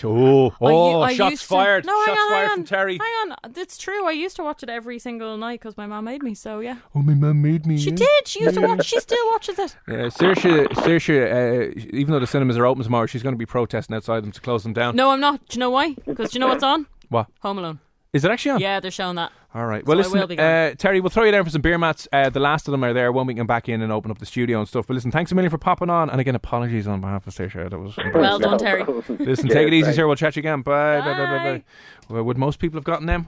S3: Oh,
S5: I u-
S3: oh
S5: I
S3: shots
S5: used to-
S3: fired.
S5: No, hang
S3: shots
S5: on,
S3: fired
S5: hang
S3: from
S5: on.
S3: Terry.
S5: Hang on, it's true. I used to watch it every single night because my mom made me. So yeah,
S3: Oh, my mum made me.
S5: she
S3: yeah.
S5: did. She used to watch. She still watches it.
S3: Yeah, Uh, Saoirse, Saoirse uh, even though the cinemas are open tomorrow, she's going to be protesting outside them to close them down.
S5: No, I'm not. Do you know why? Because do you know what's on?
S3: What?
S5: Home Alone.
S3: Is it actually on?
S5: Yeah, they're showing that.
S3: All right.
S5: So
S3: Well,
S5: I
S3: listen,
S5: will be
S3: uh,
S5: gone.
S3: Terry, we'll throw you down for some beer mats. Uh, the last of them are there when we can back in and open up the studio and stuff. But listen, thanks a million for popping on. And again, apologies on behalf of Saoirse. That was
S5: Well done,
S6: No.
S5: Terry.
S3: Listen, take it
S6: Yeah,
S3: easy,
S6: right.
S3: sir. We'll chat you again. Bye. Bye. Bye. Bye. bye.
S5: Bye.
S3: Well, would most people have gotten them?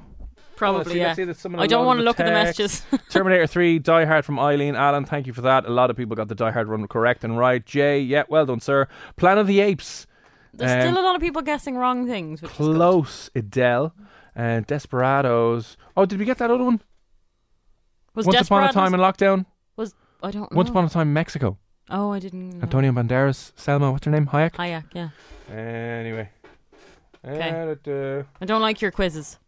S5: Probably.
S3: see-
S5: yeah.
S3: I see that someone
S5: I don't
S3: along
S5: want
S3: the
S5: to look at the
S3: text.
S5: messages.
S3: Terminator 3, Die Hard from Eileen Allen. Thank you for that. A lot of people got the Die Hard run correct and right. Jay, yeah, well done, sir. Plan of the Apes.
S5: There's
S3: Um,
S5: still a lot of people guessing wrong things. Which is good.
S3: Close, Adele. And Desperados. Oh, did we get that other one?
S5: Was
S3: Once upon a
S5: Desperados-
S3: time in lockdown.
S5: was I don't know.
S3: Once upon a time in Mexico.
S5: oh, I didn't. Know.
S3: Antonio Banderas, Selma, what's her name? Hayek.
S5: Hayek. Yeah.
S3: Anyway.
S5: Okay.
S3: Uh,
S5: I don't like your quizzes.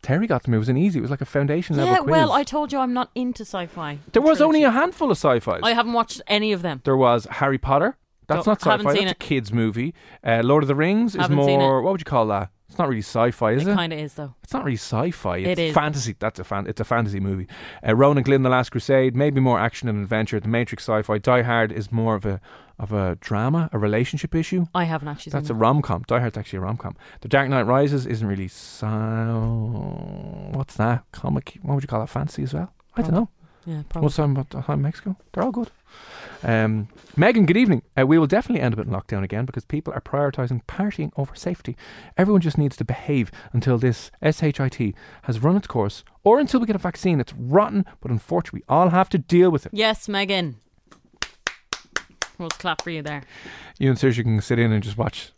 S3: Terry got them. It was an easy. It was like a foundation level
S5: yeah.
S3: quiz.
S5: Well, I told you I'm not into sci-fi.
S3: there was only
S5: I
S3: a handful of sci-fi's.
S5: I haven't watched any of them.
S3: there was Harry Potter. That's
S5: Don't-
S3: not sci-fi.
S5: Oh, haven't
S3: That's
S5: seen
S3: a
S5: it.
S3: kids movie. Uh, Lord of the Rings is
S5: Haven't seen
S3: more.
S5: it.
S3: What would you call that? It's not really sci-fi, is it?
S5: it kind of is though.
S3: It's not really sci-fi. It's
S5: It is.
S3: fantasy. That's a fan. It's a fantasy movie. Uh, Ronan Glynn, The Last Crusade, maybe more action and adventure. The Matrix sci-fi. Die Hard is more of a of a drama, a relationship issue.
S5: I haven't actually.
S3: That's a
S5: seen
S3: rom com. Die Hard's actually a rom com. The Dark Knight Rises isn't really sci. What's that comic? What would you call that? Fantasy as well? I don't know.
S5: it. Yeah. Probably.
S3: What's time about the time in Mexico? They're all good. Um, Megan, good evening. Uh, we will definitely end up in lockdown again because people are prioritising partying over safety. Everyone just needs to behave until this SHIT has run its course or until we get a vaccine. It's rotten, but unfortunately, we all have to deal with it.
S5: Yes, Megan. We'll clap for you there.
S3: You and Sergio can sit in and just watch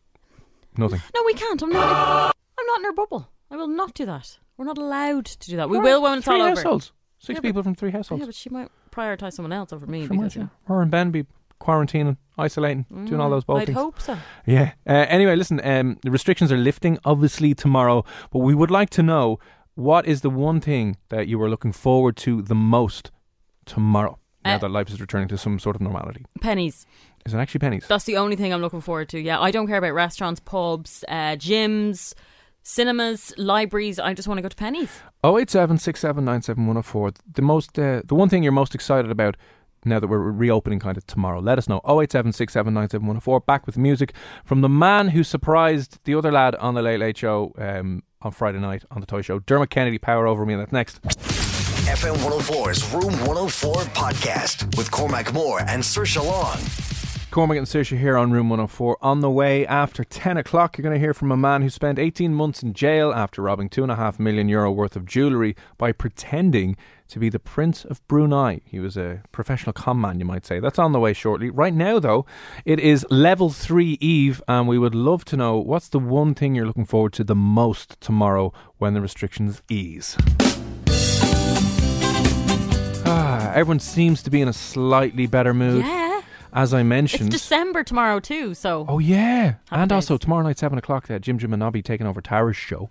S3: nothing.
S5: No, we can't. I'm not. I'm not in her bubble. I will not do that. We're not allowed to do that. Uh, We will when it's
S3: three
S5: all over.
S3: households. Six
S5: Yeah, but-
S3: people from three households.
S5: Yeah, but she might prioritize someone else over me
S3: Can
S5: because.
S3: imagine. Her and Ben be quarantining, isolating, doing all those bold
S5: Mm, I'd
S3: things.
S5: hope so.
S3: Yeah. Uh, anyway, listen, um, the restrictions are lifting obviously tomorrow, but we would like to know what is the one thing that you are looking forward to the most tomorrow now
S5: Uh,
S3: that life is returning to some sort of normality?
S5: Pennies.
S3: Is it actually pennies?
S5: That's the only thing I'm looking forward to. Yeah, I don't care about restaurants, pubs, uh, gyms, cinemas, libraries. I just want to go to pennies.
S3: Oh eight seven six seven nine seven one zero four. The most, uh, the one thing you're most excited about now that we're reopening, kind of tomorrow. Let us know. Oh eight seven six seven nine seven one zero four. Back with music from the man who surprised the other lad on the Late Late Show um, on Friday night on the Toy Show. Dermot Kennedy, power over me, and that's next.
S2: FM 104's Room 104 podcast with Cormac Moore and Sir Long.
S3: Cormac and Saoirse here on Room 104. On the way after 10 o'clock, you're going to hear from a man who spent 18 months in jail after robbing 2.5 million euro worth of jewellery by pretending to be the Prince of Brunei. He was a professional con man, you might say. That's on the way shortly. Right now, though, it is level three Eve, and we would love to know what's the one thing you're looking forward to the most tomorrow when the restrictions ease. Ah, everyone seems to be in a slightly better mood.
S5: Yeah.
S3: As I
S5: It's
S3: mentioned.
S5: December tomorrow too, so
S3: Oh yeah,
S5: Happy
S3: and
S5: days.
S3: also tomorrow night seven o'clock, uh, Jim Jim and Nobby taking over Tara's show.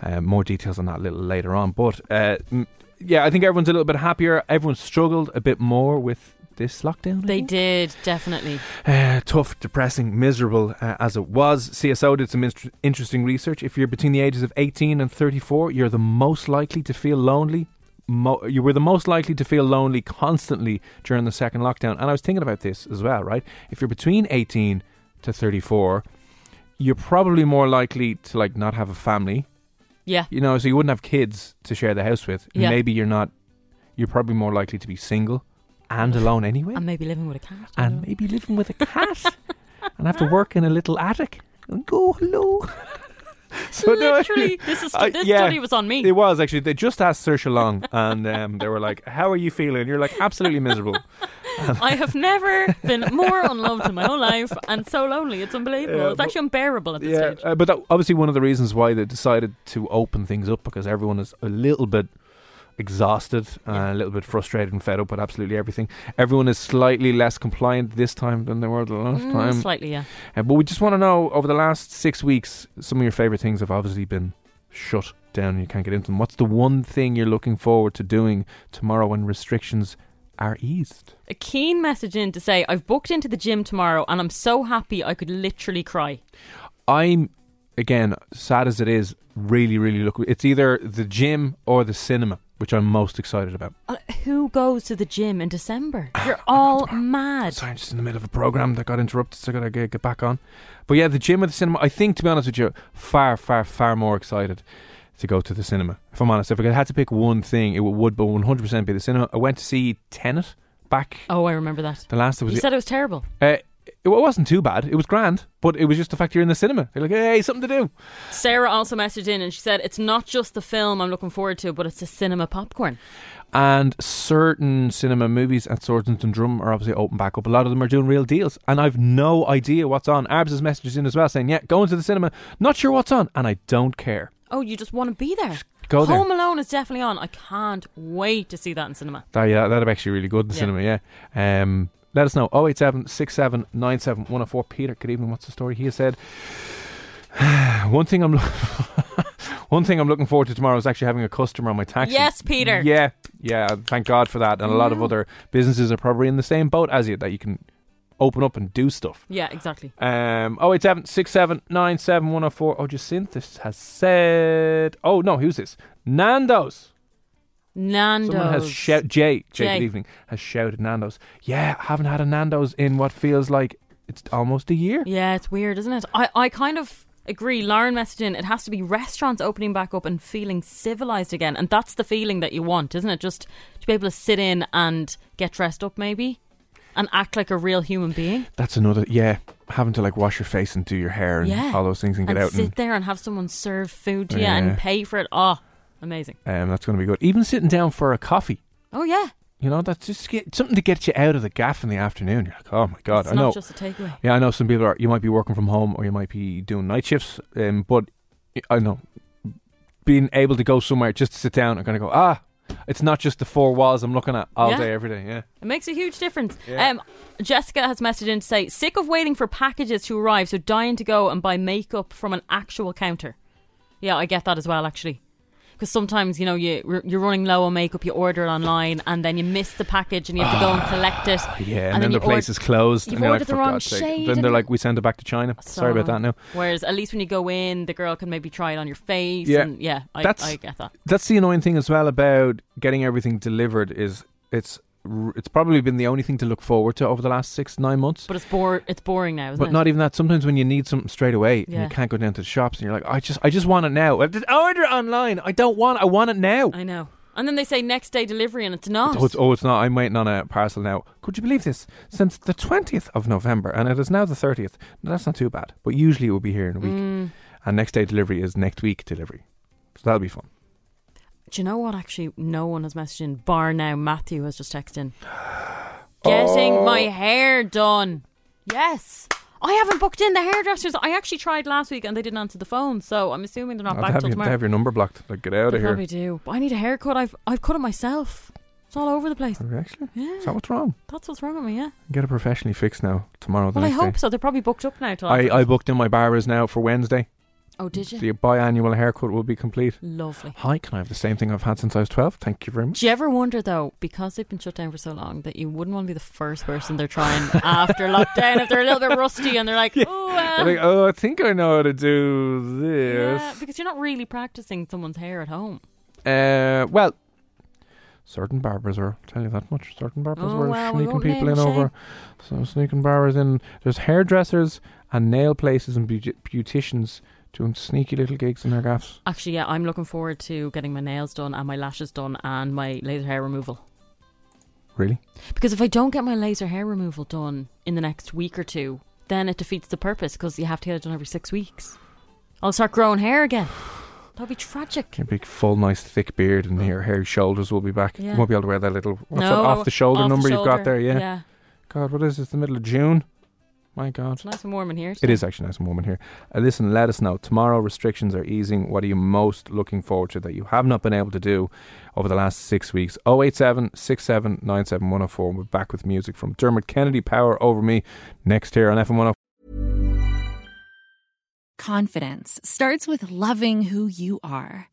S3: Uh, more details on that a little later on, but uh, m- yeah, I think everyone's a little bit happier. Everyone struggled a bit more with this lockdown. I
S5: they
S3: think.
S5: did definitely.
S3: Uh, tough, depressing, miserable uh, as it was. CSO did some inst- interesting research. If you're between the ages of 18 and 34, you're the most likely to feel lonely. Mo- you were the most likely to feel lonely constantly during the second lockdown. And I was thinking about this as well, right? If you're between 18 to 34, you're probably more likely to like not have a family,
S5: Yeah.
S3: you know, so you wouldn't have kids to share the house with. And
S5: Yeah.
S3: Maybe you're not. You're probably more likely to be single and alone anyway
S5: And maybe living with a cat. I
S3: and
S5: don't know.
S3: maybe living with a cat and have to work in a little attic and go hello. So no,
S5: Literally, this, is,
S3: I-
S5: this
S3: yeah,
S5: study was on me.
S3: It was actually. They just asked Saoirse Long, and um, they were like, "How are you feeling?" You're like, "Absolutely miserable."
S5: I have never been more unloved in my whole life and so lonely. It's unbelievable.
S3: Yeah,
S5: it's
S3: but-
S5: actually unbearable at this
S3: yeah,
S5: stage.
S3: uh, but that, obviously one of the reasons why they decided to open things up because everyone is a little bit exhausted, uh, a little bit frustrated and fed up with absolutely everything. Everyone is slightly less compliant this time than they were the last
S5: Mm,
S3: time.
S5: slightly, yeah.
S3: Uh, but we just want to know over the last six weeks, some of your favourite things have obviously been shut down and you can't get into them. What's the one thing you're looking forward to doing tomorrow when restrictions are eased?
S5: A keen message in to say I've booked into the gym tomorrow and I'm so happy I could literally cry.
S3: I'm, again, sad as it is, really, really looking. It's either the gym or the cinema, which I'm most excited about.
S5: Uh, who goes to the gym in December? You're all mad.
S3: Sorry, I'm just in the middle of a program that got interrupted, so I gotta get, get back on. But yeah, the gym or the cinema. I think, to be honest with you, far, far, far more excited to go to the cinema. If I'm honest, if I had to pick one thing, it would, but 100% be the cinema. I went to see Tenet back.
S5: Oh, I remember that.
S3: The last that was
S5: You said it was terrible.
S3: uh, it wasn't too bad. It was grand, but it was just the fact you're in the cinema. You're like, hey, something to do.
S5: Sarah also messaged in and she said it's not just the film I'm looking forward to, but it's the cinema popcorn.
S3: and certain cinema movies at Swords and Drum are obviously open back up. A lot of them are doing real deals, and I've no idea what's on. Arbs' messages in as well saying, "Yeah, going to the cinema, not sure what's on, and I don't care."
S5: Oh, you just want to be there.
S3: Go there.
S5: Home Alone is definitely on. I can't wait to see that in cinema.
S3: That, yeah, that'd be actually really good in the
S5: Yeah.
S3: cinema. Yeah. Um, let us know 087 67 97 104. Peter, good evening. What's the story? He has said, "One thing I'm." Lo- One thing I'm looking forward to tomorrow is actually having a customer on my taxi.
S5: Yes, Peter. Mm-hmm.
S3: Yeah, yeah. Thank God for that. And a lot of other businesses are probably in the same boat as you that you can open up and do stuff.
S5: Yeah, exactly.
S3: Um, 087 67 97 104. Oh, Jacinthus has said. Oh, no, who's this? Nando's.
S5: Nando's.
S3: Someone has shout Jay, Jay,
S5: Jay.
S3: good evening, has shouted Nando's. Yeah, haven't had a Nando's in what feels like it's almost a year.
S5: Yeah, it's weird, isn't it? I, I kind of agree. Lauren messaged in, it has to be restaurants opening back up and feeling civilized again. And that's the feeling that you want, isn't it? Just to be able to sit in and get dressed up, maybe, and act like a real human being.
S3: That's another yeah, having to like wash your face and do your hair and
S5: yeah.
S3: all those things and get out
S5: sit
S3: and
S5: there and have someone serve food to you
S3: Yeah.
S5: and pay for it. Oh, amazing.
S3: um, that's going to be good. Even sitting down for a coffee,
S5: Oh, yeah.
S3: you know, that's just get, something to get you out of the gaff in the afternoon. You're like, oh my god,
S5: it's
S3: I
S5: not
S3: know.
S5: just a takeaway.
S3: yeah, I know some people are. You might be working from home or you might be doing night shifts, um, but I know being able to go somewhere just to sit down and kind of go ah. It's not just the four walls I'm looking at all
S5: Yeah.
S3: day, every day. Yeah.
S5: It makes a huge difference.
S3: Yeah.
S5: Um, Jessica has messaged in to say, sick of waiting for packages to arrive, so dying to go and buy makeup from an actual counter. Yeah, I get that as well, actually. Because sometimes, you know, you, you're running low on makeup, you order it online, and then you miss the package and you have to go and collect it.
S3: Ah, Yeah, and, then,
S5: you
S3: the place
S5: ord-
S3: is closed.
S5: you've
S3: and they're like,
S5: ordered the
S3: "For
S5: wrong
S3: God's sake."
S5: shade
S3: Then they're
S5: and-
S3: like, we send it back to China. Sorry about that now.
S5: Whereas at least when you go in, the girl can maybe try it on your face.
S3: Yeah.
S5: Yeah, and yeah I,
S3: That's-
S5: I get that.
S3: That's the annoying thing as well about getting everything delivered is it's r- it's probably been the only thing to look forward to over the last six, nine months.
S5: But it's, bore- it's boring now, isn't
S3: But
S5: it?
S3: not even that. Sometimes when you need something straight away and
S5: Yeah.
S3: you can't go down to the shops and you're like, I just I just want it now. I just order it online. I don't want I want it now.
S5: I know. And then they say next day delivery, and it's not.
S3: Oh it's, oh, it's not. I'm waiting on a parcel now. Could you believe this? Since the 20th of November, and it is now the 30th. Now, that's not too bad, but usually it will be here in a week.
S5: Mm.
S3: And next day delivery is next week delivery. So that'll be fun.
S5: Do you know what? Actually, no one has messaged in. Bar now, Matthew has just texted in. Getting my
S3: Oh.
S5: hair done. Yes. I haven't booked in the hairdressers. I actually tried last week and they didn't answer the phone, so I'm assuming they're not
S3: I'll
S5: back
S3: have,
S5: till
S3: you,
S5: tomorrow.
S3: have your number blocked. Like, get out
S5: They
S3: of here.
S5: probably do. But I need a haircut. I've I've cut it myself. It's all over the place.
S3: Actually,
S5: Yeah.
S3: is that what's wrong?
S5: That's what's wrong with me, yeah.
S3: Get it professionally fixed now. Tomorrow, the
S5: Well, I
S3: next day.
S5: hope so. They're probably booked up now. Till
S3: I, I booked in my barbers now for Wednesday.
S5: oh, did you?
S3: The biannual haircut will be complete.
S5: Lovely.
S3: Hi, can I have the same thing I've had since I was 12? Thank you very much.
S5: Do you ever wonder though, because they've been shut down for so long, that you wouldn't want to be the first person they're trying after lockdown if they're a little bit rusty and they're like, oh, uh,
S3: Like, oh, I think I know how to do
S5: yeah,
S3: this.
S5: because you're not really practicing someone's hair at home.
S3: Uh, well, certain barbers are, I'll tell you that much. Certain barbers
S5: Oh,
S3: were
S5: well, we
S3: sneaking
S5: won't
S3: people in
S5: name shame.
S3: over. So sneaking barbers in. There's hairdressers and nail places and beauti- beauticians doing sneaky little gigs in their gaffs.
S5: Actually, yeah, I'm looking forward to getting my nails done and my lashes done and my laser hair removal.
S3: Really?
S5: Because if I don't get my laser hair removal done in the next week or two, then it defeats the purpose because you have to get it done every six weeks. I'll start growing hair again. That'd be tragic.
S3: Your big, full, nice, thick beard and your hairy shoulders will be back.
S5: Oh. Yeah.
S3: You won't be able to wear that little what's
S5: No,
S3: that, off the shoulder
S5: off the
S3: number you've got
S5: shoulder.
S3: there.
S5: Yeah.
S3: God, what is this? The middle of June? My God.
S5: It's nice and warm in here.
S3: It is actually nice and warm in here. Uh, listen, let us know. Tomorrow restrictions are easing. What are you most looking forward to that you have not been able to do over the last six weeks? 087 6797 104. We're back with music from Dermot Kennedy Power Over Me next here on FM 104.
S7: Confidence starts with loving who you are.